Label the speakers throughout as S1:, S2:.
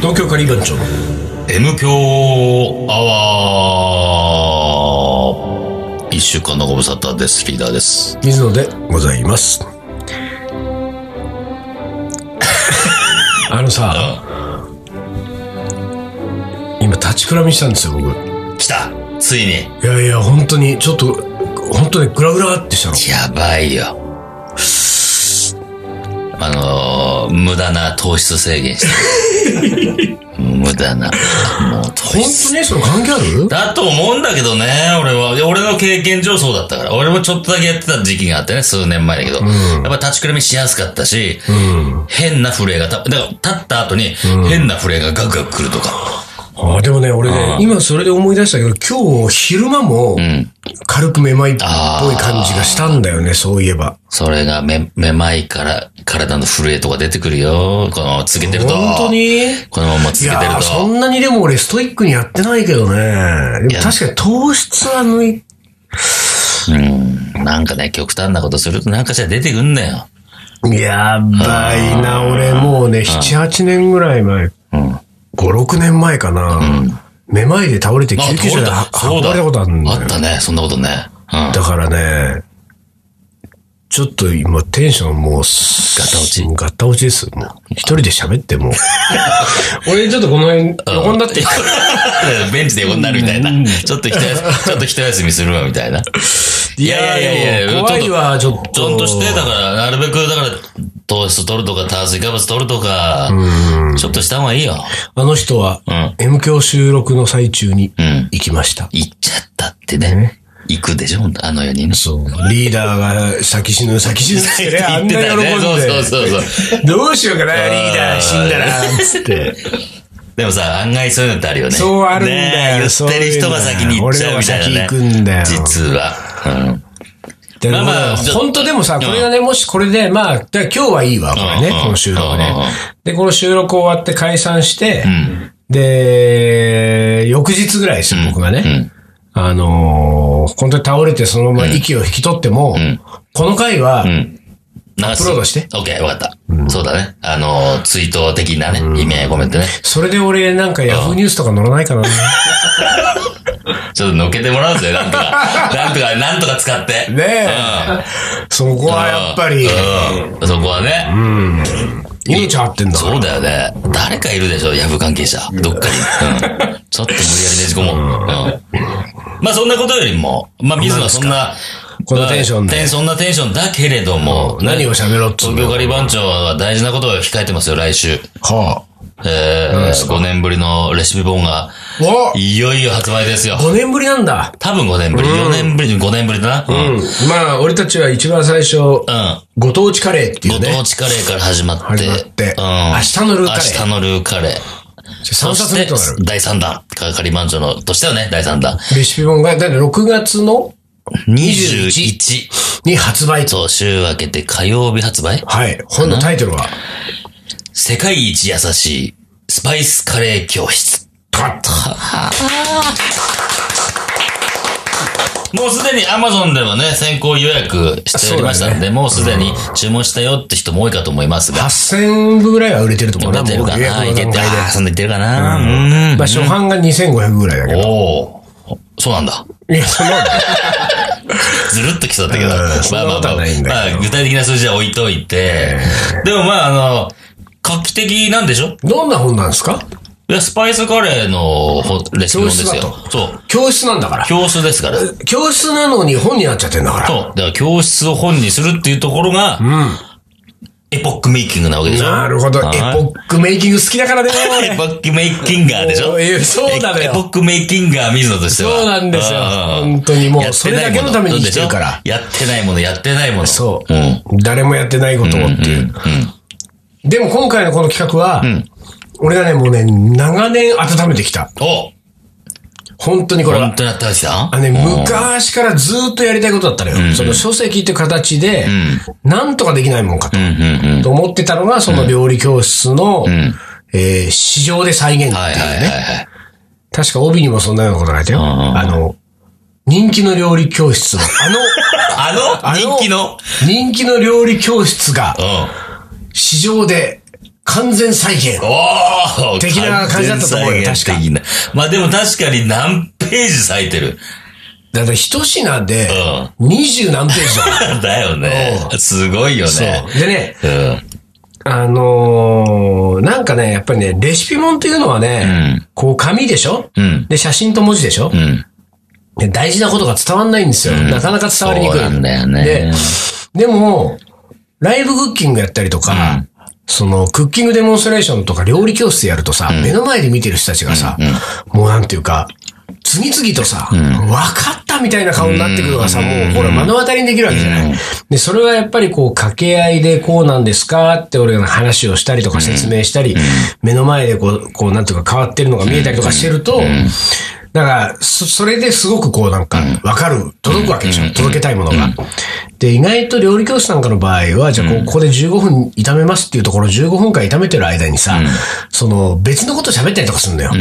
S1: ちょ M 強アワー一週間のご無沙汰です。リーダーです。
S2: 水野でございます。あのさ、今立ちくらみしたんですよ、僕。い
S1: 来たついに。
S2: やいや、本当に、ちょっと、本当にグラグラってしたの。
S1: やばいよ。あのー、無駄な糖質制限してる 無駄な。もう糖
S2: 本
S1: 質。
S2: 当にその関係ある
S1: だと思うんだけどね、俺は。いや俺の経験上そうだったから。俺もちょっとだけやってた時期があってね、数年前だけど。やっぱ立ちくらみしやすかったし、
S2: うん。
S1: 変な震えがた、だから立った後に変な震えがガクガク来るとか。
S2: あでもね、俺ね、今それで思い出したけど、今日昼間も
S1: ん、
S2: 軽くめまいっぽい感じがしたんだよね、そういえば。
S1: それがめ、めまいから、体の震えとか出てくるよ。このまま続けてると。
S2: 本当に
S1: このまま続
S2: い
S1: けて
S2: や
S1: る
S2: ーそ
S1: と。
S2: んなにでも俺ストイックにやってないけどね。
S1: い
S2: で
S1: や
S2: も確かに糖質は抜い
S1: うん。なんかね、極端なことするとなんかじゃ出てくんだよ。
S2: やばいな、俺もうね、7、8年ぐらい前、
S1: うん。あ、
S2: 5、6年前かな。めまいで倒れて救急車で
S1: そう
S2: 運
S1: だ。
S2: ばれたことあるんだ
S1: あ
S2: よ
S1: っ。たね、そんなことね。 うん。
S2: だからね、ちょっと今テンションもう、ガタ
S1: 落ち。
S2: ガタ落ちです。もう一人で喋って もう。俺ちょっとこの辺、横になって、
S1: ベンチで横になるみたいな。ちょっと 一休ちょっと一休みするわ、みたいな。いやいやいやいや、
S2: 怖いわ、ちょっと。
S1: ちゃんとして、だから、なるべく、だから、糖質取るとか、炭水化物取るとか、ちょっとした方がいいよ。
S2: あの人は
S1: ん、
S2: M 響収録の最中に
S1: ん
S2: 行きました。
S1: 行っちゃったってね。行くでしょ、ほんとあの世にね。
S2: そう。リーダーが先死ぬ、先死ぬってね、あ
S1: 行
S2: ん
S1: って
S2: な
S1: たよ
S2: 喜んで。
S1: ね。そうそうそうそう。
S2: どうしようかな、リーダー死んだら、つって。
S1: でもさ、案外そういうのってあるよね。
S2: そうあるんだよ
S1: ね言ってる人が先に行っちゃうみたいな、ね。
S2: そういうの俺らが先行くんだよ
S1: 実は。うん。
S2: で
S1: まあ
S2: も
S1: まあちょ
S2: 本当でもさ、これがね、もしこれで、まあ、で今日はいいわ、これ
S1: うんうん
S2: ね、この収録ね
S1: うんうん。
S2: で、この収録終わって解散して、で、翌日ぐらいですよ、僕がね。あのー、本当に倒れてそのまま息を引き取っても、この回は、
S1: アッ
S2: プロードして。
S1: オッケー、わかった。そうだね。あの、追悼的なね、意味合いごめんってね。
S2: それで俺なんかヤフーニュースとか載らないかな。
S1: ちょっとのけてもらうぜ、なん とか。なんとか、なんとか使って。
S2: ねえ。 そこはやっぱり、
S1: うん。そこはね。
S2: 命張ってんだから
S1: そうだよね。誰かいるでしょ、ヤフー関係者。どっかに。うん。ちょっと無理やりねじ込もう。うん。まあそんなことよりも、まあ水野はそんな、
S2: このテンションで
S1: まあテそんなテンションだけれども、
S2: 何を喋ろうっつう
S1: 東
S2: の
S1: 京カリバン長は大事なことを控えてますよ、来週。
S2: は
S1: えー、5年ぶりのレシピ本
S2: あ。
S1: が、いよいよ発売ですよ。
S2: お !5 年ぶりなんだ。
S1: 多分5年ぶり、4年ぶり、5年ぶりだな。うん。うん。
S2: うん。まあ、俺たちは一番最初、ご当地カレーってい
S1: ご
S2: うね
S1: 当。地カレーから始まって。
S2: 始まって
S1: うん。
S2: 明日のルーカレー
S1: 明日のルーカレー。
S2: 3冊目とな
S1: そして
S2: る。
S1: 第3弾。カカリマンチョの、としてはね、第3弾。
S2: レシピ本が、だって6月の
S1: 21。
S2: に発売と。
S1: そう、週明けて火曜日発売。
S2: はい。本のタイトルは、
S1: 世界一優しい、スパイスカレー教室。
S2: た
S1: もうすでに Amazon ではね、先行予約しておりましたん
S2: そう
S1: で、もうすでに注文したよって人も多いかと思いますが。
S2: 8000部ぐらいは売れてると思う
S1: 出てるかな
S2: もう
S1: い
S2: 予
S1: け
S2: 約の段
S1: て、
S2: 階で
S1: ああ、そんな言ってるかなうん
S2: まあ、初版が2500ぐらいだけ
S1: おお。そうなんだ。
S2: ど。いや、その、
S1: ずるっと来そうだったけど。
S2: うん
S1: まあまあ
S2: そんなこと
S1: まあ、
S2: はないんだ
S1: ま
S2: けど
S1: あ、具体的な数字は置いといて。でもまあ、あの、画期的なんでしょ
S2: どんな本なんですか
S1: いや、スパイスカレーのほレシピ本です
S2: 教
S1: よ
S2: 室だ。
S1: そう。
S2: 教室なんだから。
S1: 教室ですから。そう。
S2: 教室なのに本になっちゃってんだから。
S1: だから教室を本にするっていうところが、エポックメイキングなわけでしょ
S2: なるほど。エポ
S1: はい
S2: ックメイキング好きだからね。俺
S1: エポックメイキンガーでしょ
S2: おいそうだね
S1: エポックメイキンガー水野としては。
S2: そうなんですよ
S1: うん
S2: 本当にもう
S1: やって
S2: それだけのために生きてるから
S1: ないものやってないもの、やってないもの。
S2: そう、
S1: うん。
S2: 誰もやってないことをっていう。でも今回のこの企画は、俺がね、もうね、長年温めてきた。
S1: お
S2: 本当にこれ
S1: 本
S2: は。
S1: 当にやったんですか
S2: あのね、昔からずーっとやりたいことだったのよ。その書籍っていう形で、なんとかできないもんかと,、
S1: うんうんうん。
S2: と思ってたのが、その料理教室の、えー市場で再現っていうね、
S1: はいはいはいはい。
S2: 確か帯にもそんなようなこと書いたよ。
S1: んうんうん
S2: あの、人気の料理教室の、あ の、
S1: あの
S2: あの
S1: 人気の
S2: 人気の料理教室が
S1: うん。
S2: 市場で完全再現。
S1: おー
S2: 的な感じだったと思うよ
S1: 完全再現的なまあでも確かに何ページ咲いてる。
S2: だって一品で、二十何ページだか
S1: だよね。すごいよ
S2: ら
S1: ね。
S2: そう。でね、
S1: うん。
S2: あのー、なんかね、やっぱりね、レシピ本っていうのはね、こう紙でしょ、
S1: うん
S2: で、写真と文字でしょ、
S1: うん。
S2: で大事なことが伝わんないんですよ。なかなか伝わりにくい。
S1: そうなんだよね
S2: で、でも、ライブクッキングやったりとか、その、クッキングデモンストレーションとか料理教室やるとさ、目の前で見てる人たちがさ、もうなんていうか、次々とさ、分かったみたいな顔になってくるのがさ、もうほら、目の当たりにできるわけじゃない。で、それはやっぱりこう、掛け合いでこうなんですかって俺が話をしたりとか説明したり、目の前でこう、こう、なんていうか変わってるのが見えたりとかしてると、だから、そ、それですごくこうなんか、わかる、届くわけでしょ。届けたいものが。で、意外と料理教室なんかの場合は、じゃあこうここで15分炒めますっていうところ15分間炒めてる間にさ、その別のこと喋ったりとかするんだよ。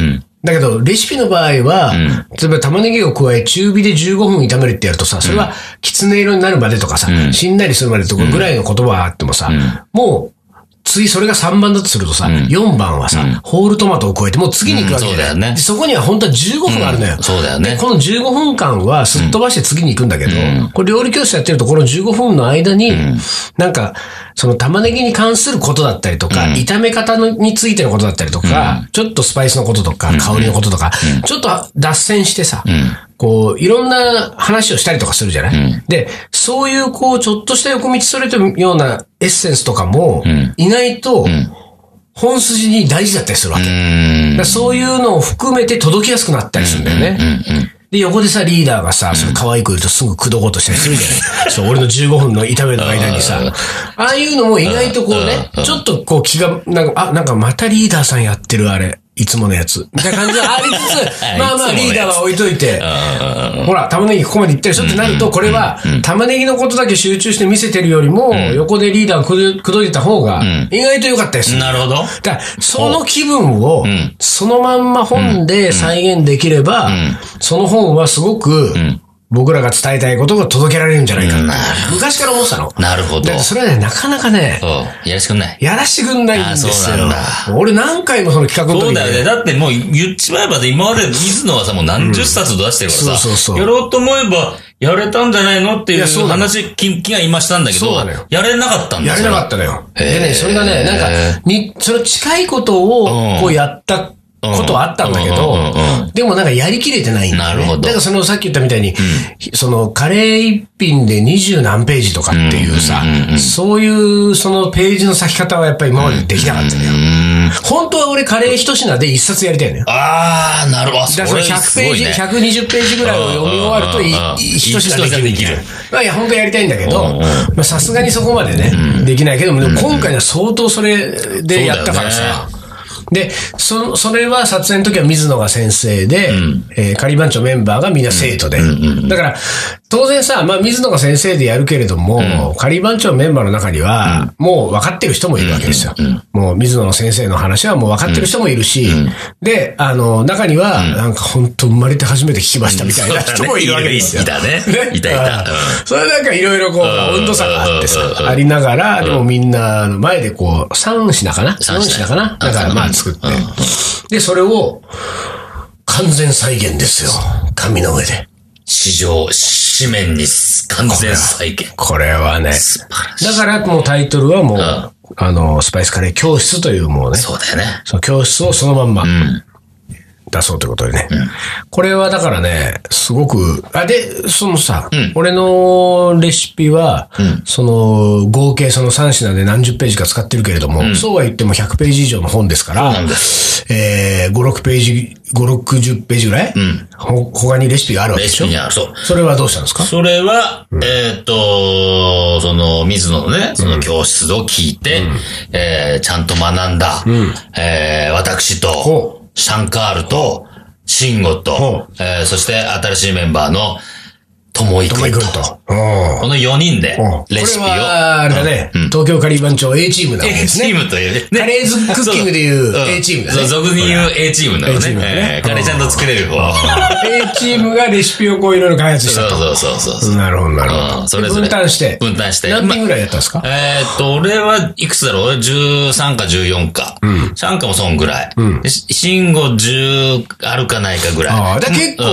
S2: だけど、レシピの場合は、例えば玉ねぎを加え中火で15分炒めるってやるとさ、それはきつね色になるまでとかさ、しんなりするまでとかぐらいの言葉があってもさ、もう、次それが3番だとするとさ、4番はさ、ホールトマトを超えて、もう次に行くわけじゃない
S1: うんそうだよね
S2: でそこには本当は15分あるのよ。
S1: そうだよね
S2: で。この15分間はすっ飛ばして次に行くんだけど、これ料理教室やってるとこの15分の間に、なんか、その玉ねぎに関することだったりとか、炒め方のについてのことだったりとか、ちょっとスパイスのこととか、香りのこととか、ちょっと脱線してさ、こう、いろんな話をしたりとかするじゃない、で、そういうこう、ちょっとした横道それてるようなエッセンスとかも、意外と、本筋に大事だったりするわけ。
S1: うん。
S2: だからそういうのを含めて届きやすくなったりするんだよね。で、横でさ、リーダーがさ、それ可愛い子いるとすぐ口説こうとしたりするじゃないそう、俺の15分の炒めの間にさ、ああいうのも意外とこうね、ちょっとこう気が、なんか、あ、なんかまたリーダーさんやってるあれ、いつものやつ。みたいな感じ がありつつ、まあまあ
S1: いつものやつ
S2: リーダーは置いといて、ほら、玉ねぎここまでいったでしょってなると、これは、玉ねぎのことだけ集中して見せてるよりも、横でリーダーを口説口説いてた方が、意外と良かったりする。
S1: なるほど。
S2: だからその気分を
S1: ん、
S2: そのまんま本で再現できれば、その本はすごく、僕らが伝えたいことが届けられるんじゃないかな。昔から思ってたの。
S1: なるほど
S2: だから。それはね、なかなかね、
S1: そう。やらしくない。
S2: やらしてくんないんですよ。
S1: あそうなん
S2: 俺何回もその企画の時
S1: そう
S2: に、
S1: だよね。だってもう言っちまえばね、今まで水野はさ、もう何十冊出してるからさ、
S2: うんそうそうそう
S1: やろうと思えば、やれたんじゃないのってい
S2: いうやそうなの
S1: 話、き気が今したんだけど
S2: そうなのよ、
S1: やれなかったんだ。
S2: やれなかったたのよ。
S1: へー
S2: でね、それがね、なんか、に、その近いことを
S1: うん、
S2: こうやったことはあったんだけ
S1: う
S2: ど
S1: んうんうんう、
S2: でもなんかやりきれてないんだよね
S1: なるほど
S2: だからそのさっき言ったみたいに、そのカレー一品で二十何ページとかっていうさ、そういうそのページの咲き方はやっぱり今までできなかったのよ。本当は俺カレー一品で一冊やりたいのよ。
S1: あー、なるほど。そ
S2: だから
S1: れ
S2: その100
S1: す
S2: ペ
S1: ご
S2: ー
S1: い
S2: ジ、
S1: ね。
S2: 120ページぐらいを読み終わるとい
S1: うんうんうん、
S2: い一品できる
S1: 一品でき
S2: み
S1: る
S2: たいな。まあいや、本当やりたいんだけど、
S1: うんうん
S2: まあさすがにそこまでね、できないけども、でも今回は相当それでやったから
S1: そうだよ
S2: さ。で、そ、それは撮影の時は水野が先生で、えー仮番長メンバーがみんな生徒で。だから、当然さ、まあ水野が先生でやるけれども、仮番長メンバーの中には、もう分かってる人もいるわけですよ。もう水野の先生の話はもう分かってる人もいるし、で、あの、中には、なんか本当生まれて初めて聞きましたみたい な人もいるわけですよ。
S1: いたね。いたい
S2: あ
S1: た
S2: あ。それなんかいろいろこう、温度差があってさ、ありながら、でもみんなの前でこう、3品かな ?4
S1: 三品
S2: 品かなだからまあ作って。で、それを、完全再現ですよ。紙の上で。
S1: 史上、紙面に完全再現。
S2: これはね。
S1: 素晴らしい。
S2: だからもうタイトルはもう、
S1: ん
S2: あの、スパイスカレー教室というもうね、
S1: そうだよね。
S2: その教室をそのまんま、出そうということでね。これはだからね、すごく、あ、で、そのさ、俺のレシピは、その、合計その3品で何十ページか使ってるけれども、そうは言っても100ページ以上の本ですから、えー、5、6ページ、5、60ページぐらい、ほ他にレシピがあるわけ
S1: レ
S2: でし
S1: シ
S2: ょ
S1: ピにある。そう。
S2: それはどうしたんですか
S1: それは、えーっと、その、水野のね、その教室を聞いて、えーちゃんと学んだ、えー私
S2: ほ
S1: と、シャンカールと、シンゴ
S2: ほ
S1: と、えーそして新しいメンバーの、ともいく
S2: トム
S1: ん
S2: イ君
S1: と
S2: と。うん
S1: この4人で
S2: こ、れ
S1: レシピを。
S2: は、あれだね、
S1: うん
S2: 東京カリー番長 A チームなわけ
S1: A
S2: です
S1: チ
S2: ね。
S1: ームというね。
S2: カレーズクッキングでいう A チームだね
S1: そう俗に言う A チームなの
S2: A チームだね
S1: ね。えーカレーちゃんと作れる方。
S2: A チームがレシピをこういろいろ開発した
S1: そう
S2: と。
S1: そうそうそうそう。
S2: なるほど、なるほ
S1: うん
S2: ど。
S1: それぞれ
S2: 分担して。
S1: 分担して
S2: 何品ぐらいやったんですか、
S1: えーっと、俺はいくつだろう俺13か14か。シャンカもそんぐらい。でしシンゴ10あるかないかぐらい。
S2: ああ、だから結構、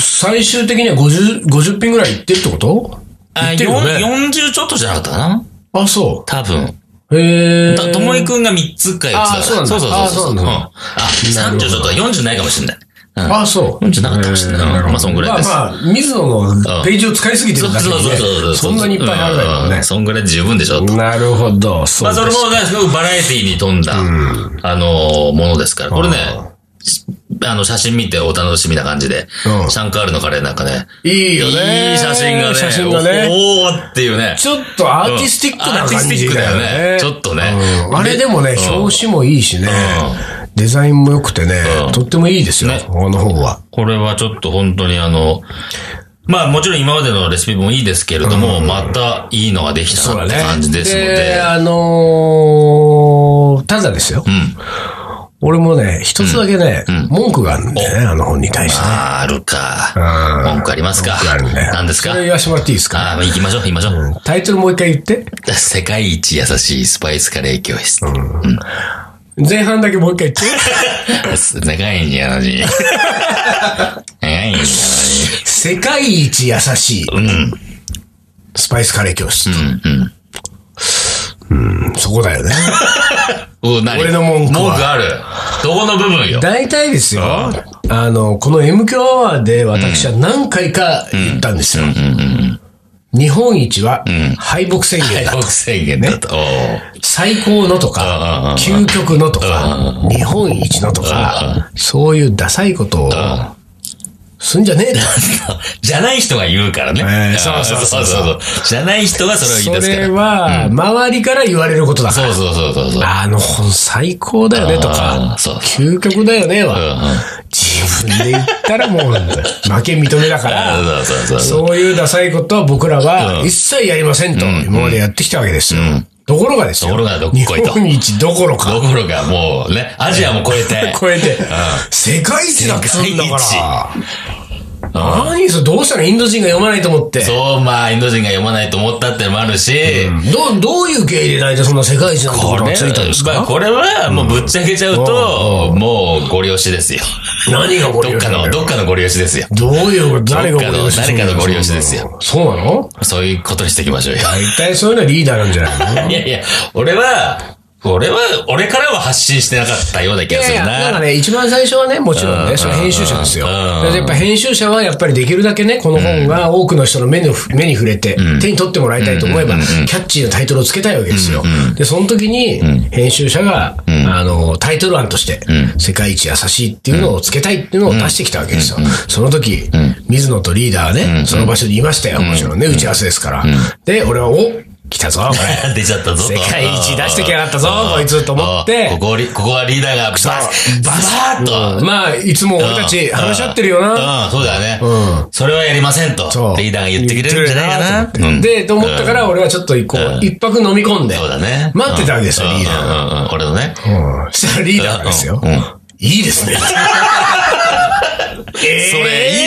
S2: 最終的には50、50品ぐらいいってるってこと
S1: あ
S2: いってるよね
S1: よん40ちょっとじゃなかったかな
S2: あ、そ
S1: 多分。
S2: う。へえ。
S1: とともいくんが3つか4つだから。
S2: あーそうなんだ
S1: そうそうそうそ
S2: あー
S1: う。
S2: そう
S1: うん
S2: なんだ
S1: あ、30ちょっとだ40ないかもしれない。うん
S2: あ、そう。
S1: 40なかったかもしれない。うんまあ、そんぐらいです。
S2: まあまあ、水野のページを使いすぎて
S1: そ
S2: る
S1: う
S2: だけ
S1: そうそう
S2: で
S1: そ
S2: ね、
S1: う。
S2: そんなにいっぱいあるから
S1: う
S2: ね
S1: ん。そんぐらいで十分でしょ。
S2: なるほど。そ
S1: まあ、
S2: う
S1: それ
S2: です
S1: もね、すごくバラエティに富んだ、あのーものですから。これね、しあの、写真見てお楽しみな感じで、
S2: うん
S1: シャンカールのカレーなんかね、
S2: いいよね。
S1: いい写真がね、
S2: 写真がね。
S1: おーっていうね。
S2: ちょっとアーティスティックな感じだよ
S1: うんアーティスティックだよ
S2: ね。
S1: ねちょっとね
S2: うんあれでもね、
S1: うん
S2: 表紙もいいしね。デザインも良くてね、とってもいいですよ。
S1: ね
S2: この方は。
S1: これはちょっと本当にあの、まあもちろん今までのレシピもいいですけれども、またいいのができたなって感じですの
S2: で、
S1: で、
S2: あのー、ただですよ。
S1: ん
S2: 俺もね、一つだけね、文句があるんだよね、あの本に対してね。
S1: あーあるか。
S2: うん
S1: 文句ありますか
S2: 文句あるんだよ
S1: 何ですか
S2: それ言わせてもらっていいですか
S1: ああ、行きましょう、行きましょう。
S2: タイトルもう一回言って。
S1: 世界一優しいスパイスカレー教室。
S2: 前半だけもう一回言 って。
S1: 世界一優しい。世界
S2: 世界
S1: 一優しい。
S2: 一優しい
S1: うん、
S2: スパイスカレー教室。
S1: うん、
S2: そこだよね。
S1: うん。う何
S2: 俺の文句は
S1: 文句ある。どこの部分よ。
S2: 大体ですよ。あの、この M 強アワーで私は何回か言ったんですよ。日本一は敗北宣言だ。
S1: 僕宣言だと。おう
S2: 最高のとか、究極のとか、日本一のとか、そういうダサいことをすんじゃねえと。
S1: じゃない人が言うからね。
S2: えー
S1: あー
S2: そうそうそうそう
S1: そうじゃない人がそれを言
S2: そ
S1: い出すから
S2: れ。は、周りから言われることだから。
S1: そうそうそうそうそう。
S2: あの本最高だよねと
S1: あ
S2: か
S1: ー、そう
S2: 究極だよねは、
S1: うんうん
S2: 自分で言ったらもう、負け認めだから、
S1: あーそうそうそうそう。
S2: そういうダサいことは僕らは一切やりませんと、今までやってきたわけですよ。ところがですよ。
S1: ところがどっ
S2: 日
S1: こいと
S2: 本一どころか。
S1: どころかもうね、アジアも超えて。
S2: 超えて、世界一だっつうんだから。何それ、どうしたらインド人が読まないと思って。
S1: そう、まあ、インド人が読まないと思ったってのもあるし、
S2: どう、どういう経緯で大体そんな世界一なんてこ
S1: こと
S2: が
S1: れ
S2: ついたんです
S1: まあ
S2: か
S1: これは、もうぶっちゃけちゃうと、もうご利用しですよ。
S2: 何がご利
S1: ど
S2: 用
S1: っかの、どっかのご利用しですよ。
S2: どういうこと誰がご利用し
S1: どっかの誰かのご利用しですよ。
S2: そうなの
S1: そういうことにしていきましょうよ。
S2: 大体そういうのはリーダーなんじゃないの
S1: いやいや、俺は、俺は、俺からは発信してなかったような気がするな。
S2: なんかね、一番最初はね、もちろんね、その編集者ですよ。
S1: うん
S2: だからやっぱ編集者はやっぱりできるだけね、この本が多くの人の目に目に触れて、手に取ってもらいたいと思えば、キャッチーなタイトルをつけたいわけですよ。で、その時に、編集者が、あの、タイトル案として、世界一優しいっていうのをつけたいっていうのを出してきたわけですよ。その時、水野とリーダーはね、その場所にいましたよ、もちろんね、打ち合わせですから。で、俺は、お来たぞ、こ れ。
S1: 出ちゃったぞと。
S2: 世界一出してきやがったぞ
S1: うん
S2: こいつと思って
S1: うんここをリ、ここはリーダーがバス、バサッと。
S2: まあ、いつも俺たち話し合ってるよな。
S1: うん、そうだね。それはやりませんと
S2: そう。
S1: リーダーが言ってくれるんじゃないかな。うん
S2: で、と思ったから、俺はちょっとこう、一泊飲み込んで、
S1: そうだね。
S2: 待ってたわけですよ、リーダーが。
S1: ー。うんうんうん、俺のね。
S2: うんそしたらリーダーがですよ
S1: うんうん。
S2: いいですね。
S1: それい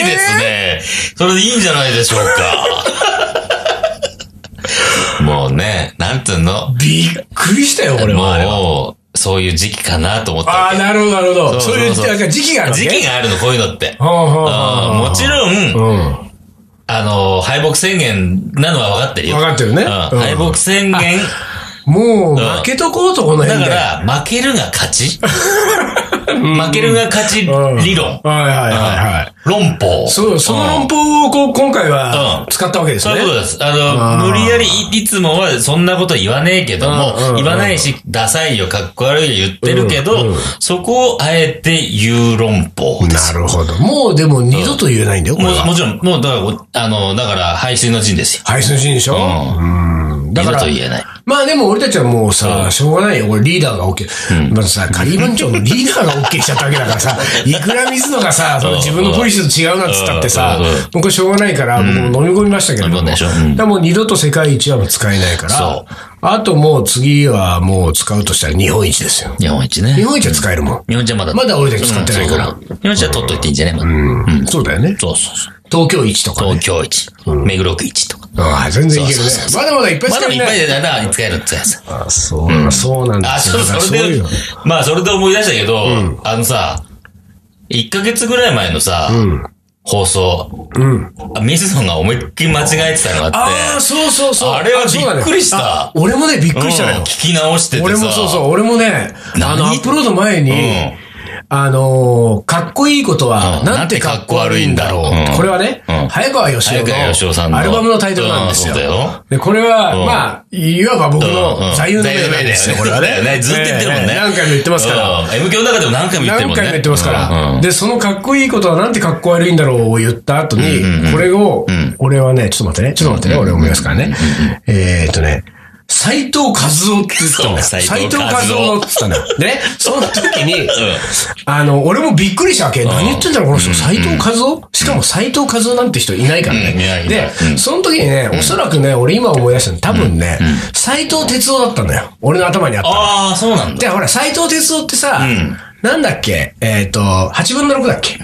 S1: いですね。それでいいんじゃないでしょう か。もうね、なんていうの
S2: びっくりしたよ、俺は。
S1: もう、そういう時期かなと思った
S2: あ
S1: わ
S2: あ、
S1: け。
S2: なるほど、なるほど。
S1: そ
S2: そうう
S1: そ
S2: いうう
S1: そう
S2: 時期があるわけ
S1: 時期があるの、こういうのって。
S2: はあはあ
S1: うん
S2: はあ
S1: もちろん、
S2: うん。
S1: あの、敗北宣言なのは分かってるよ。
S2: 分かってるね
S1: うん
S2: うん
S1: 敗北宣言。
S2: もう、負けとこうと、この
S1: だ
S2: 辺
S1: か
S2: で。
S1: ら、負けるが 勝ち負けるが勝ち
S2: うん
S1: 理論。
S2: はいはいはいはい。
S1: 論法。
S2: そう、その論法をこう、今回は
S1: うん
S2: 使ったわけです
S1: そ
S2: ね。
S1: ういうことです。あの、
S2: うん
S1: 無理やり、いいつもはそんなこと言わねえけども
S2: うんうん、
S1: 言わないし、ダサいよ、かっこ悪いよ言ってるけど、そこをあえて言う論法です。
S2: なるほど。もうでも二度と言えないんだよ、これ
S1: もう
S2: は。
S1: もちろん、もう、だから、あの、だから、排水の陣ですよ。
S2: 配信しでしょうん。だから
S1: 二度と言えない、
S2: まあでも俺たちはもうさ、しょうがないよ。俺リーダーが OK。まずさ、仮番長のリーダーが OK しちゃったわけだからさ、いくら水野がさ、その自分のポリシーと違うなっつったってさ
S1: うんうんうん、
S2: 僕はしょうがないから、僕も飲み込みましたけれど
S1: 飲
S2: も。
S1: み込んだでしょうん
S2: だからもう二度と世界一はもう使えないか
S1: そ
S2: ら
S1: う、
S2: あともう次はもう使うとしたら日本一ですよ。
S1: 日本一ね。
S2: 日本一は使えるもん。
S1: 日本一はまだ。
S2: まだ俺たち使ってないから
S1: うんそうそうそう日本一は取っといていいんじゃないまだ
S2: うん。そうだよね。
S1: そうそうそう。
S2: 東京一とかね
S1: 東。京一、目黒区一とか。
S2: ああ、全然いけるね
S1: そうそう。そ
S2: まだまだいっぱい
S1: ま
S2: 使
S1: だ
S2: え
S1: いっ
S2: な
S1: ぱい
S2: い。
S1: でだな、使えるってやつ。
S2: あそう、そうなんだ。
S1: あ、そう、
S2: だから
S1: それ
S2: う
S1: で
S2: よ、
S1: まあ、それで思い出したけど、あのさ、1ヶ月ぐらい前のさ、放送、
S2: うん。
S1: あ水野が思いっきり間違えてたのがあって、
S2: ああ、そうそうそう。
S1: あれは
S2: そうだね
S1: びっくりした
S2: あ俺もね、びっくりしたの
S1: うん
S2: よ
S1: 聞。き直しててさ、
S2: 俺もそうそう、俺もね、
S1: 何
S2: あの、アップロード前に
S1: ん、
S2: あのー、かっこいいこと
S1: う
S2: は、
S1: ん
S2: なんてかっこ悪いんだろ
S1: うん
S2: う。これはね
S1: うん、
S2: 早川義
S1: 早川義
S2: 雄
S1: 雄さんの
S2: のアルバムのタイトルなんですよ
S1: うんそうだよ。
S2: で、これは、
S1: ん
S2: まあ、いわば僕
S1: うんう
S2: の
S1: ん
S2: 座右の銘なんですよ、これは
S1: だよ
S2: ね。
S1: ずっと言ってるもん
S2: え
S1: ね。
S2: え何回も言ってますから。
S1: うん。M 響の中でも何回も言って
S2: 何
S1: るもんね。
S2: 回も言ってますか
S1: うんう
S2: ら。
S1: ん
S2: で、そのかっこいいことはなんてかっこ悪いんだろうを言った後に
S1: うんうんうん、
S2: これを
S1: ん、
S2: 俺はね、ちょっと待ってね、ちょっと待ってね、俺思いますからね。えーっとね、斎藤和夫って言った んだよ。
S1: そ
S2: 斎
S1: う斉
S2: 藤
S1: 藤
S2: 和
S1: 和夫
S2: 夫って言ったんだ よ。でね、その時に、あの、俺もびっくりしたわけ。何言ってんだろう、この人。斎藤和夫しかも斎藤和夫なんて人いないから
S1: うんいない
S2: ね。
S1: いない
S2: で
S1: う、ん
S2: その時にね、おそらくね、俺今思い出したの多分ね、斎藤哲夫だったんだよ。俺の頭にあったの。
S1: ああ、そうなんだ。
S2: で、ほら、斎藤哲夫ってさ、
S1: ん
S2: なんだっけ、えっ、と、8分の6だっけ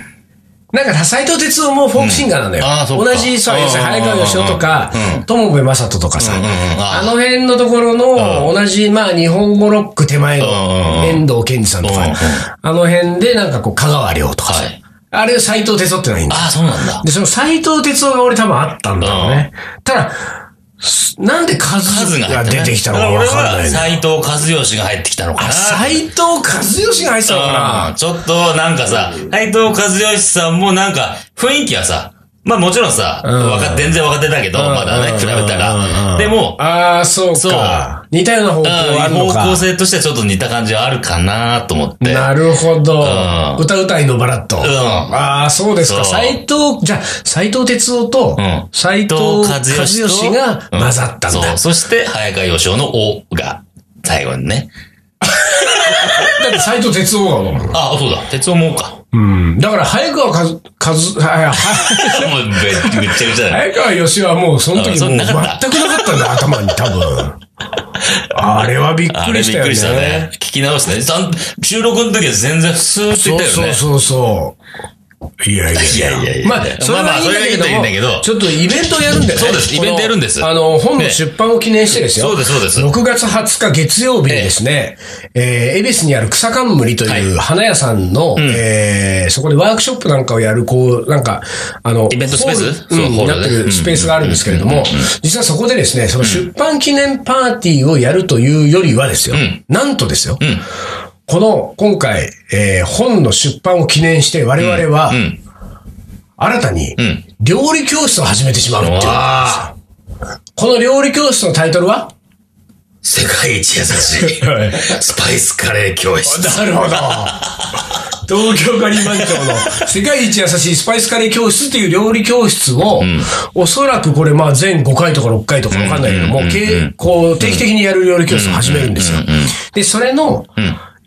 S2: なんかさ、斎藤哲夫もフォークシンガーなんだよ。
S1: うんあーそっか
S2: 同じさ、
S1: うん
S2: 要するに早川義雄とか
S1: う、
S2: 友部正人とかさ、
S1: うんうんうんあー
S2: あの辺のところの、同じ、まあ、日本語ロック手前の
S1: うんうんうん、
S2: 遠藤健二さんと
S1: うんうん
S2: か、あの辺で、なんかこう、香川亮とかさ
S1: はい、
S2: あれ、斎藤哲夫ってのはいいんだよ
S1: ああ、そうなんだ。
S2: で、その斎藤哲夫が俺多分あったんだろうね。ただ、すなんで
S1: 数
S2: 数
S1: が入
S2: が
S1: ってね
S2: 出てきたの
S1: だ
S2: からわ
S1: 俺
S2: かんない
S1: は
S2: ね。
S1: 斎藤和義が入ってきたのかな。
S2: 斎藤和義が入ってたのか
S1: うん
S2: な
S1: ちょっと、なんかさ、斎藤和義さんもなんか、雰囲気はさ、まあもちろんさ、
S2: ん
S1: わか全然分かってたけど、まだ
S2: うん
S1: ね、比べた
S2: うん
S1: ら。でも、
S2: ああ、そう
S1: そう
S2: か。似たような方向はある
S1: うん
S2: の
S1: 方向
S2: か。
S1: 性としてはちょっと似た感じはあるかなと思って。
S2: なるほど
S1: ん。
S2: 歌うたいのバラッと。
S1: ん
S2: ああ、そうですか。
S1: そう
S2: 斎藤、じゃあ、斎藤哲夫と
S1: うん、
S2: 斎藤和義が
S1: うん
S2: 混ざったんだ。
S1: そう。そして、早川義雄のおが、最後にね。
S2: だって斎藤哲夫が。
S1: あ、そうだ。鉄夫も か。
S2: うん。だから、早川和、和、は
S1: もうめめっちゃくちゃだね。
S2: 早川義はもうその時
S1: あそ
S2: も
S1: う
S2: う全く
S1: な
S2: なか
S1: かった
S2: ったんだ、頭に多 分。あれはびっ
S1: あ
S2: く
S1: れ
S2: り
S1: び
S2: し
S1: った
S2: よ
S1: くりした
S2: ね
S1: ね。。聞き直してねさん。収録の時は全然スーッと
S2: そ
S1: 言っ
S2: う
S1: たよね。
S2: そうそうそう。いやいやいや
S1: いやいやいや
S2: まあ、それ
S1: まあまあ
S2: はいいんだけども
S1: それがいいんだけど
S2: ちょっとイベントをやるんだよね。
S1: そうです
S2: この
S1: イベントやるんです
S2: あの、本の
S1: ね
S2: 出版を記念してですよ。
S1: そうですそうです
S2: 6月20日月曜日にですね、えー、恵比寿にある草冠という花屋さんの、えーそこでワークショップなんかをやる、こう、なんか、あの、
S1: イベントスペース
S2: ホール
S1: そ
S2: う
S1: う
S2: ん
S1: ホー
S2: に
S1: ル
S2: な
S1: だ
S2: っ
S1: ね
S2: てるスペースがあるんですけれども、実はそこでですね、その出版記念パーティーをやるというよりはですよ、
S1: ん
S2: なんとですよ、この、今回、えー本の出版を記念して、我々は
S1: う、ん。
S2: 新たに
S1: ん、
S2: 料理教室を始めてしまうっていう。
S1: わあ。
S2: この料理教室のタイトルは
S1: 世界一優しい。スパイスカレー教室。
S2: なるほど。 東京ガリバン町の世界一優しいスパイスカレー教室っていう料理教室を、おそらくこれまあ全5回とか6回とかわかんないけども、けこう定期的にやる料理教室を始めるんですよ。で、それの、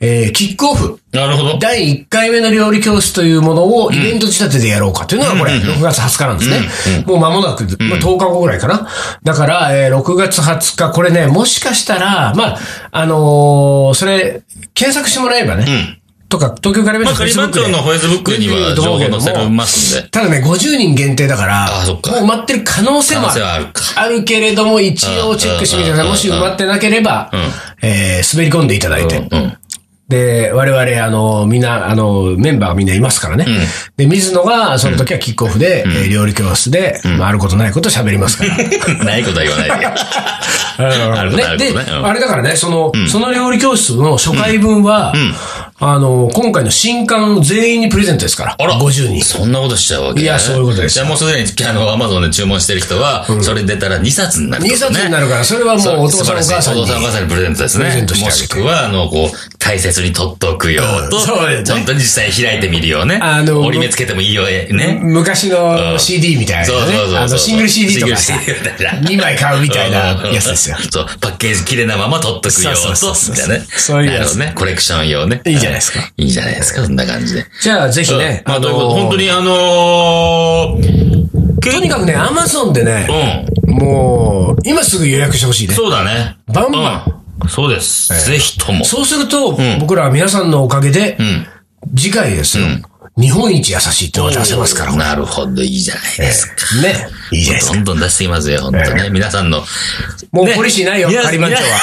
S2: えーキックオフ。
S1: なるほど。
S2: 第1回目の料理教室というものをイベント仕立てでやろうかというのがこれ、6月20日なんですね。もう間もなく、まあ、10日後ぐらいかな。だから、えー6月20日、これね、もしかしたら、まあ、あのーそれ、検索してもらえばね。とか、東京ガレバ
S1: まあ、
S2: ン
S1: カリバン長のフェイスブックには情報載せますんで。
S2: ただね、50人限定だから、
S1: あそっか
S2: もう埋まってる可能性も
S1: 可能
S2: あ
S1: 性
S2: る
S1: はあるか
S2: あるけれども、一応チェックしてみてくださ
S1: う
S2: い。
S1: ん
S2: もし埋まってなければ、えー滑り込んでいただいて。
S1: うん。
S2: で、我々、あの、みんな、あの、メンバーがみんないますからね。で、水野が、その時はキックオフで、えー料理教室で、まあ、あることないこと喋ります から。
S1: ないことは言わないで。あることあ
S2: ね、
S1: る
S2: で、
S1: ことね。うん
S2: あれだからね、その、その料理教室の初回分は、あの、今回の新刊全員にプレゼントですから。
S1: あら
S2: 50人。
S1: そんなことしちゃうわけね
S2: いやそういうことです
S1: じゃあもうすでに、あの、アマゾンで注文してる人は、それ出たら2冊になるって
S2: 2
S1: ことね。
S2: 冊になるから、それはもうお父さんお母さん
S1: 素晴らしい
S2: に
S1: お父。さんお母さんにプレゼントです
S2: プレゼ
S1: ね
S2: ント。してあ
S1: も
S2: げて
S1: しくは、あの、こう、タ大切に取っとくよ
S2: ん
S1: と、
S2: そうよね
S1: ちゃんと実際に開いてみるよね。
S2: あの
S1: 折り目つけてもいいよね。
S2: 昔
S1: う
S2: の
S1: ん
S2: CD みたい
S1: そう
S2: な
S1: そう
S2: ね
S1: そうそう。
S2: あの、シングル CD とか
S1: シ
S2: さ
S1: ングル CD みたいな
S2: 2枚買うみたいなやつですよ。
S1: そう、パッケージ綺麗なまま取っとくよと、
S2: そうそうそうそう
S1: みたいなね。
S2: そういうやつ
S1: なるほどね。コレクション用ね。
S2: いいじゃないですか
S1: はい。いいじゃないですか、そんな感じで。
S2: じゃあ、ぜひね、
S1: うんまあ、
S2: の
S1: ということで本当にあのー、
S2: とに
S1: か
S2: かくね、アマゾンでね、
S1: うん。
S2: もう、今すぐ予約してほしいね。
S1: そうだね。
S2: バンバ
S1: うん。そうです。
S2: ええ
S1: ぜひとも。
S2: そうすると、
S1: ん
S2: 僕らは皆さんのおかげで、
S1: ん
S2: 次回ですよ、日本一優しいってのを出せますから。
S1: なるほど、いいじゃないですか。
S2: ね。いいじゃないです
S1: ど
S2: か。
S1: んどん出していきますよ、本当ね。皆さんの。
S2: もう
S1: ね
S2: ポリシーないよ、
S1: 皆
S2: カリバン長は。
S1: 皆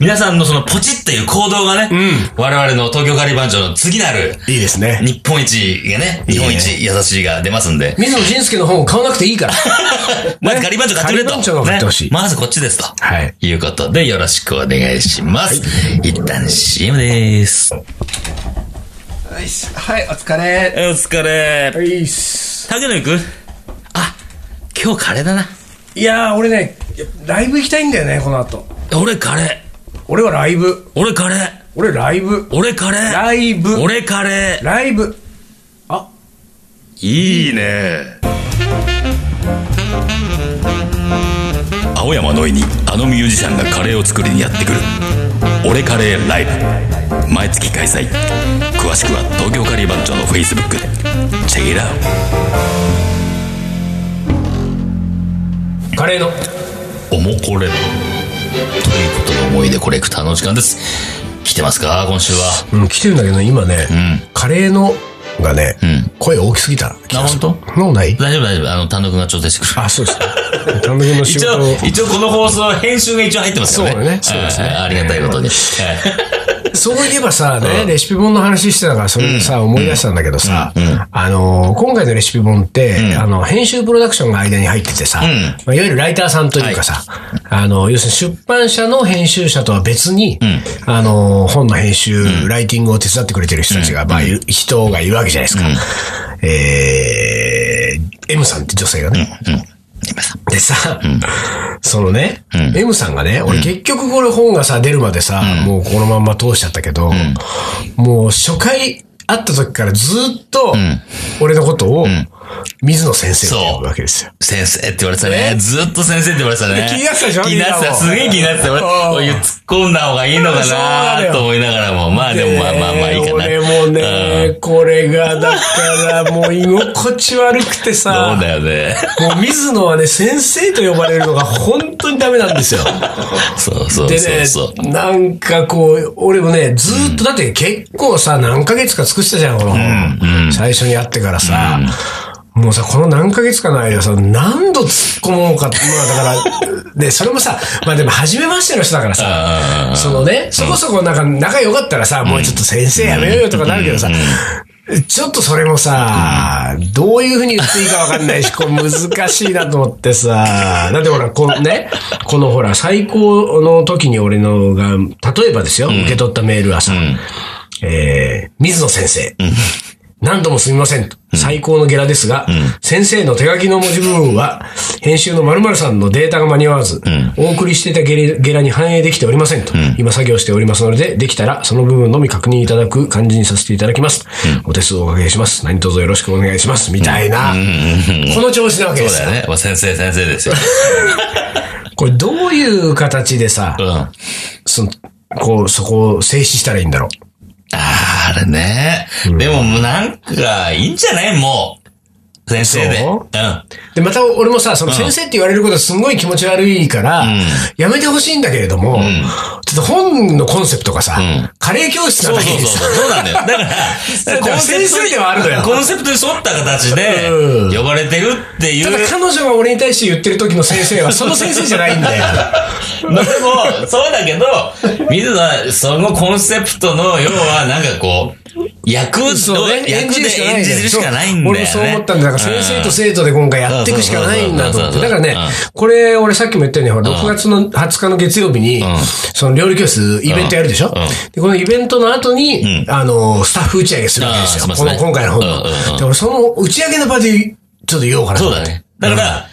S1: 皆さんのそのポチっていう行動がね、我々の東京カリバン長の次なる
S2: いいですね。
S1: 日本一がね、日本一優しいが出ますんで、
S2: 水野仁介の本を買わなくていい から。
S1: まずカリバン長買ってくれと。
S2: カリバン長が買ってほしい
S1: ねまずこっちですと。
S2: はい。
S1: いうことでよろしくお願いします。一旦 CM です。
S2: はい、お疲れ。
S1: お疲れ。
S2: い
S1: 竹野行くあ、今日カレーだな。
S2: やー、俺ね、ライブ行きたいんだよね、この後。
S1: 俺カレ
S2: 俺はライブ
S1: ー。。俺カレー。
S2: 俺ライブ。
S1: 俺カレー。
S2: ライブ
S1: 俺カレ
S2: ライブ。
S1: ー。いいね。青山のいにあのミュージシャンがカレーを作りにやってくる「俺カレーライブ」毎月開催詳しくは東京カリー番長のフェイスブックでチェックラ
S2: カレーの。
S1: おもこれということで思い出コレクターの時間です来てますか今週は
S2: うん、来てるんだけどね、今ね、カレーのがね、
S1: ん
S2: 声大きすぎた。
S1: あ本当
S2: もうない
S1: 大丈夫大丈夫あの単独が調整してくる
S2: あ、 そうですね。単独の仕
S1: 一
S2: 事
S1: 応、一応この放送、編集が一応入ってますよね。
S2: そうだねそうですね
S1: はいありがたいことに。
S2: そういえばさ、ね、レシピ本の話してたから、それでさ、思い出したんだけどさ、あのー、今回のレシピ本って、あの、編集プロダクションが間に入っててさ、まあいわゆるライターさんというかさ、あの、要するに出版社の編集者とは別に、あのー、本の編集、ライティングを手伝ってくれてる人たちが、まあ、いる人がいるわけじゃないですか。えー、M さんって女性がね。
S1: 今さ
S2: でさ、そのね、M さんがね、俺結局これ本がさ、出るまでさ、もうこのまんま通しちゃったけど、もう初回会った時からずっと、俺のことを、水野先生って呼ぶわけですよ。
S1: 先生って言われてたね。ずっと先生って言われてたね。
S2: 気になってたでしょ
S1: 気になっ
S2: みん
S1: てた。
S2: なも
S1: すげえ気になってた。俺、
S2: うん
S1: こういう突っ込んだ方がいい
S2: そ
S1: の
S2: うな
S1: か
S2: の
S1: な
S2: よ
S1: と思いながらも。まあでもまあまあまあいいかな。
S2: で俺もね、これが、だからもう居心地悪くて
S1: そう
S2: さ、
S1: だ よね。
S2: もう水野はね、先生と呼ばれるのが本当にダメなんですよ。
S1: そうそう
S2: で
S1: そう
S2: ね
S1: そう。、
S2: なんかこう、俺もね、ずーっと、だって結構さ、何ヶ月か尽くしてたじゃん、この本。最初に会ってからさ。もうさ、この何ヶ月かの間さ、何度突っ込もうかって、まあだから、 で、それもさ、まあでも、初めましての人だからさ、そのね、そこそこなんか仲良かったらさ、もうちょっと先生やめようよとかなるけどさ、ちょっとそれもさ、どういうふうに言っていいかわかんないし、こう難しいなと思ってさ、だってほら、このね、このほら、最高の時に俺のが、例えばですよ、受け取ったメールはさ、えー、水野先生。何度もすみませんと。最高のゲラですが、先生の手書きの文字部分は、編集の〇〇さんのデータが間に合わず、お送りしていたゲラゲラに反映できておりませんと、今作業しておりますので、できたらその部分のみ確認いただく感じにさせていただきます。お手数をおかけします。何卒よろしくお願いします。みたいな、この調子なわけで
S1: そう
S2: す
S1: だ
S2: よ。
S1: よね。まあ先生、先生ですよ。
S2: これどういう形でさ、
S1: うん。あ
S2: そのこう、そこを静止したらいいんだろう。
S1: あー、あれね。でもなんか、いいんじゃないもう。先生で。
S2: そう
S1: うん。
S2: で、また俺もさ、その先生って言われることはすごい気持ち悪いから、やめてほしいんだけれども、ちょっと本のコンセプトがさ、カレー教室な
S1: そう
S2: だけ
S1: そう
S2: に
S1: そう
S2: さ、
S1: そう。そうなんだよ。だから、
S2: うだよ 先生ではあるのよ
S1: コンセプトに沿った形で
S2: う、
S1: 呼ばれてるってい
S2: ただ
S1: う。
S2: 彼女が俺に対して言ってる時の先生はその先生じゃないんだよ。
S1: まあでも、そうだけど、水野は、そのコンセプトの、要は、なんかこう、役を、役で演じるしかないんだよね。
S2: 俺もそう思ったんだ。だから先生と
S1: うん
S2: 生徒で今回やっていくしかないんだと思って。
S1: そう
S2: だ
S1: そ
S2: か
S1: うそうそう
S2: らね、これ俺さっきも言ったように、ほら6月の20日の月曜日に、その料理教室イベントやるでしょで、このイベントの後に、あの、スタッフ打ち上げするわけですよ。
S1: うんし
S2: こ
S1: ます
S2: の
S1: ね
S2: 今回の本
S1: うんうんうん
S2: の。で、俺その打ち上げの場でちょっと言おうかな。
S1: そうだね。だから、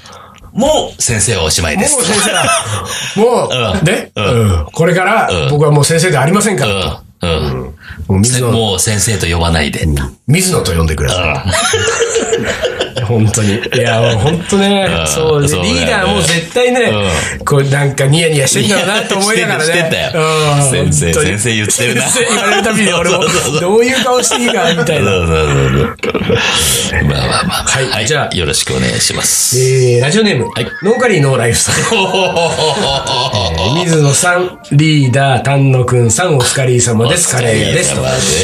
S1: もう、先生はおしまいで
S2: もう
S1: す。
S2: 先生は、もう、
S1: うん
S2: ね、
S1: うん
S2: うんこれから
S1: うん
S2: 僕はもう先生ではありませんからと。
S1: うん。うん。
S2: もう水野、
S1: もう先生と呼ばないで。
S2: 水野と呼んでください。本当に。いや、もう本当ね
S1: う、ん
S2: そう、
S1: そうだよ
S2: リ
S1: ね
S2: ーダーも絶対ね、こうなんかニヤニヤしてんだろうなって思いながらね。
S1: してたよ。
S2: うん
S1: 先生、
S2: 本当に
S1: 先生言ってるな。
S2: 先生言われるたびに俺も
S1: そうそう、そう
S2: どういう顔していいか、みたいな。
S1: そうそうそうそう。まあまあまあ。
S2: はい
S1: はい。
S2: じゃあ
S1: よろしくお願いします。
S2: えー、ラジオネーム、ノーカリーノーライフさん。水野さん、リーダー、丹野くんさん、お疲れ様です。
S1: お
S2: カ
S1: 疲れ様
S2: レー屋です。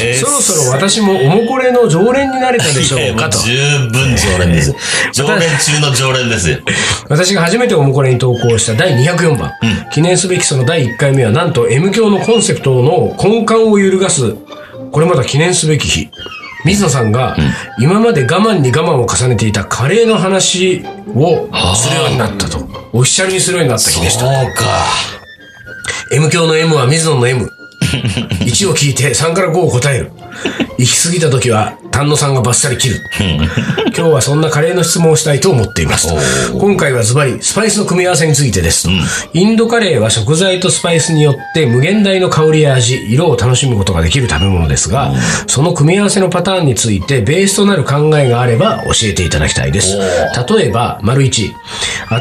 S1: です
S2: そろそろ私もおもこれの常連になれたでしょうかと。
S1: いやもう十分常連です。常連中の常連ですよ。
S2: 私が初めておもこれに投稿した第204番、記念すべきその第1回目はなんと M 教のコンセプトの根幹を揺るがすこれまだ記念すべき日水野さんが今まで我慢に我慢を重ねていたカレーの話をするようになったとオフィシャルにするようになった日でした
S1: そうか。
S2: M 教の M は水野の M。1を聞いて3から5を答える。行き過ぎた時は丹野さんがバッサリ切る。今日はそんなカレーの質問をしたいと思っています。今回はズバリ、スパイスの組み合わせについてです、インドカレーは食材とスパイスによって無限大の香りや味、色を楽しむことができる食べ物ですが、その組み合わせのパターンについてベースとなる考えがあれば教えていただきたいです。例えば、丸1、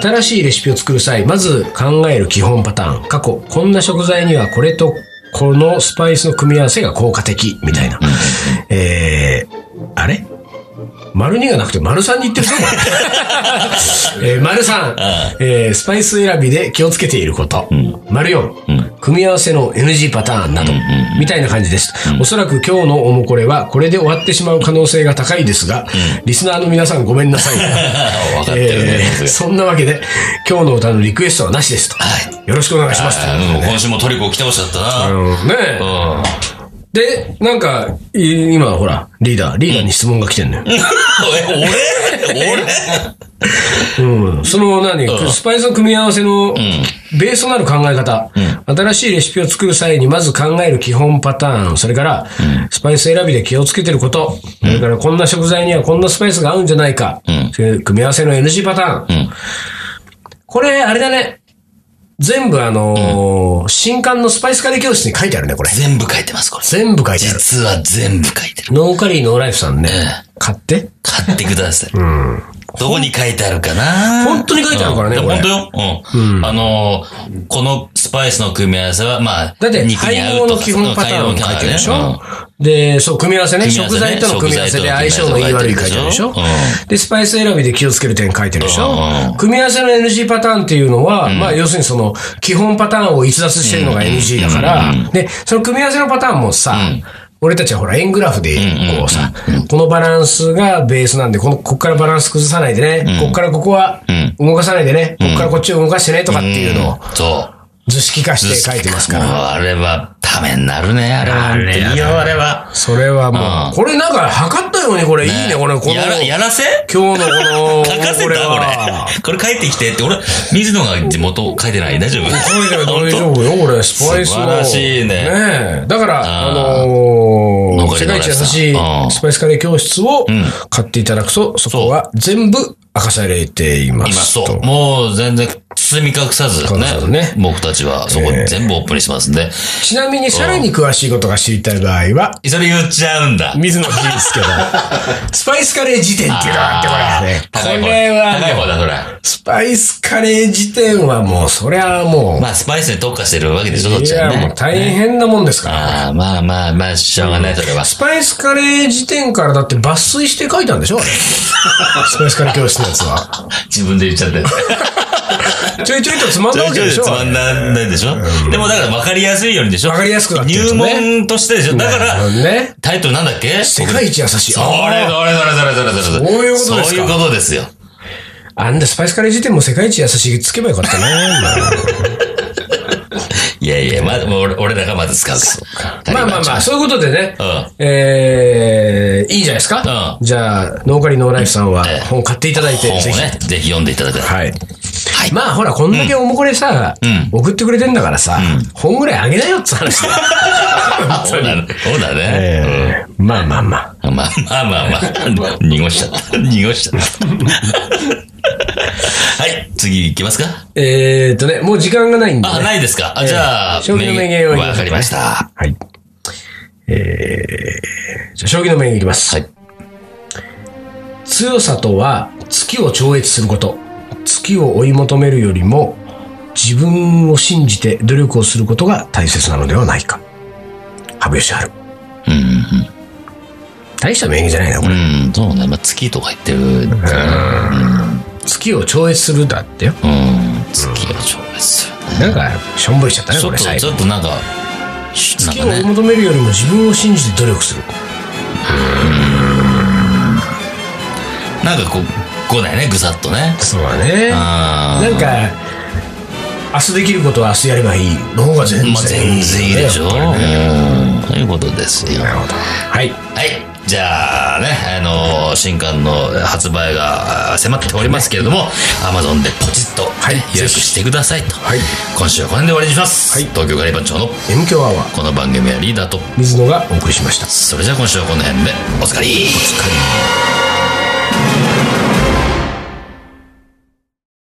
S2: 新しいレシピを作る際、まず考える基本パターン。過去、こんな食材にはこれとこのスパイスの組み合わせが効果的、みたいな。えー、あれ丸2がなくて丸3に行ってるぞ、お 前えー丸3、えースパイス選びで気をつけていること。丸4、組み合わせの NG パターンなど、みたいな感じです。おそらく今日のおもこれはこれで終わってしまう可能性が高いですが、リスナーの皆さんごめんなさい。
S1: 分かってるね。
S2: えーそんなわけで、今日の歌のリクエストはなしですと。
S1: は
S2: よろしくお願いしますと。
S1: あーもう今週もトリコ来てほしかった
S2: あ
S1: な。
S2: のねえ
S1: うん。
S2: で、なんか、い今ほら、リーダー、リーダーに質問が来てんのよ。
S1: え俺俺
S2: うんその何、スパイスの組み合わせのベースとなる考え方、新しいレシピを作る際にまず考える基本パターン、それから、スパイス選びで気をつけてること、それからこんな食材にはこんなスパイスが合うんじゃないか、そういう組み合わせの NG パターン。これ、あれだね。全部あのー新刊のスパイスカレー教室に書いてあるね、これ。
S1: 全部書いてます、これ。
S2: 全部書いてある。
S1: 実は全部書いてる。
S2: ノーカリーノーライフさんね、買って。
S1: 買ってください。どこに書いてあるかな
S2: 本当に書いてあるからね
S1: うん
S2: これ
S1: 本当よ。うん。あのー、このスパイスの組み合わせは、まあ、
S2: だって、
S1: 肉に
S2: 配
S1: 合
S2: 合
S1: うと
S2: の
S1: か
S2: 基本パターンを書いてるでしょ、で、そう、組み合わせね。
S1: 組み合わ
S2: 食
S1: せね
S2: 材との組み合わせで相性のいい悪い書いてあるでしょ
S1: 食材との組み合わせ
S2: で、スパイス選びで気をつける点書いてるでしょ
S1: うん
S2: 組み合わせの NG パターンっていうのは、まあ、要するにその、基本パターンを逸脱してるのが NG だから、で、その組み合わせのパターンもさ、俺たちはほら、円グラフで、こうさ、このバランスがベースなんで、この、こっからバランス崩さないでね、こっからここは動かさないでね、こっからこっちを動かしてねとかっていうのを
S1: うんそう。
S2: 図式化して書いてますから。
S1: もうあれは、ためになるね、あれは。
S2: あれ
S1: いいよ、あれは。
S2: それはもう、これなんか測ったよね、これ。いいね、これ、この、
S1: やら、やらせ
S2: 今日のこの、
S1: 書かせた
S2: これは。
S1: 俺。これ書いてきてって、俺、水野が元書いてない大丈夫
S2: これで大丈夫よ、これ、スパイスの。
S1: 素晴らしいね
S2: ねえだから、あ
S1: あー
S2: のー、世界
S1: わかりま
S2: 一優
S1: した
S2: しい
S1: うん
S2: スパイスカレー教室を買っていただくと、そこは全部明かされていま
S1: 今
S2: すと。
S1: そう。もう全然包み隠さず
S2: 隠さず
S1: ね。
S2: ね
S1: 僕たちはそこ全部オープンにしますんで。
S2: ちなみに、さらに詳しいことが知りたい場合は、
S1: それ言っちゃうんだ。
S2: 水野でいいですけど、 スパイスカレー辞典っていうのがあって、これはね。
S1: 高い
S2: こ
S1: 方
S2: れは
S1: 高い
S2: もう
S1: 方だ、それ。
S2: スパイスカレー辞典はもう、そりゃもう、
S1: まあ、スパイスに特化してるわけでしょ、どっ
S2: い
S1: ち
S2: や、
S1: は
S2: もう
S1: ね。
S2: 大変なもんですから。
S1: ああ、まあまあまあ、しょうがない、それは。
S2: スパイスカレー辞典からだって抜粋して書いたんでし ょあれスパイスカレー教室のやつは。
S1: 自分で言っちゃってる。
S2: ちょいちょいとつまん
S1: ち
S2: だ
S1: ょ
S2: わ
S1: い
S2: け
S1: ちょ
S2: で
S1: い
S2: しょ
S1: つまんだんでしょでもだから分かりやすいようにでしょ
S2: 分かりやすくなってる
S1: 入
S2: とね
S1: 門としてでしょだから、
S2: ね。
S1: タイトルなんだっけ
S2: 世界一優しい。
S1: それ
S2: あ
S1: それそれそれそれそれそれ。
S2: そういうことですか
S1: そういうことですよ。
S2: ああんでスパイスカレー辞典も世界一優しいつけばよかった ね。
S1: いやいや、まだ、もう俺俺らがまず使うから。
S2: まあまあまあ、そういうことでね
S1: うん。
S2: えー、いいんじゃないですか
S1: う
S2: じゃあ、ノーカリノーライフさんは
S1: ええ
S2: 本買っていただいて、
S1: 本を
S2: ぜひ。
S1: ね、ぜひ読んでいた だきた
S2: は
S1: い。
S2: い。まあほら、こんだけおもこれさ、送ってくれてんだからさ、本ぐらいあげなよって話だよ
S1: そうだね。そうだね。
S2: えーまあまあまあ。
S1: まあまあまあま あ。濁しちゃった。濁しちゃった。 はい、次行きますか
S2: えー、っとね、もう時間がないんで、
S1: あ、
S2: ね。
S1: ないですかあ、じゃあ、
S2: 将棋の名言を言いましょう
S1: わかりました。
S2: はい。えーじゃあ将棋の面いきます。
S1: はい
S2: 強さとは、月を超越すること。月を追い求めるよりも、自分を信じて努力をすることが大切なのではないか。羽生善治。大した名義じゃないな、これ。
S1: うん。うん。そうね。まあ、月とか言ってる。うん。
S2: 月を超越するだってよ。
S1: 月を超越する
S2: な
S1: ね。
S2: んか、しょんぼりしちゃったね、
S1: ち
S2: こ
S1: ょ
S2: れ
S1: っと、
S2: 最
S1: ち
S2: 後。
S1: ょっとなんか、しなん
S2: 月
S1: か
S2: を追い
S1: ね。
S2: 求めるよりも自分を信じて努力する。
S1: なんかこう、こうだよね。ぐさっとね。
S2: そうだね。
S1: あ
S2: なん
S1: ー
S2: か、明日できることは明日やればいいの方が全然いい、
S1: まあ、全然いいでしょ。う
S2: や
S1: ん
S2: っぱりね。
S1: ということですよ。
S2: なるほど。はい。
S1: はい。じゃあね、あのー新刊の発売があ迫っておりますけれども、Amazon でポチッとね、
S2: はい
S1: 予約してくださいと。
S2: はい
S1: 今週はこの辺で終わりにします。
S2: はい
S1: 東京カリバン長の
S2: M 強アワー、
S1: この番組はリーダーと。
S2: 水野がお送りしました。
S1: それじゃあ今週はこの辺で、お疲れ。お疲れ。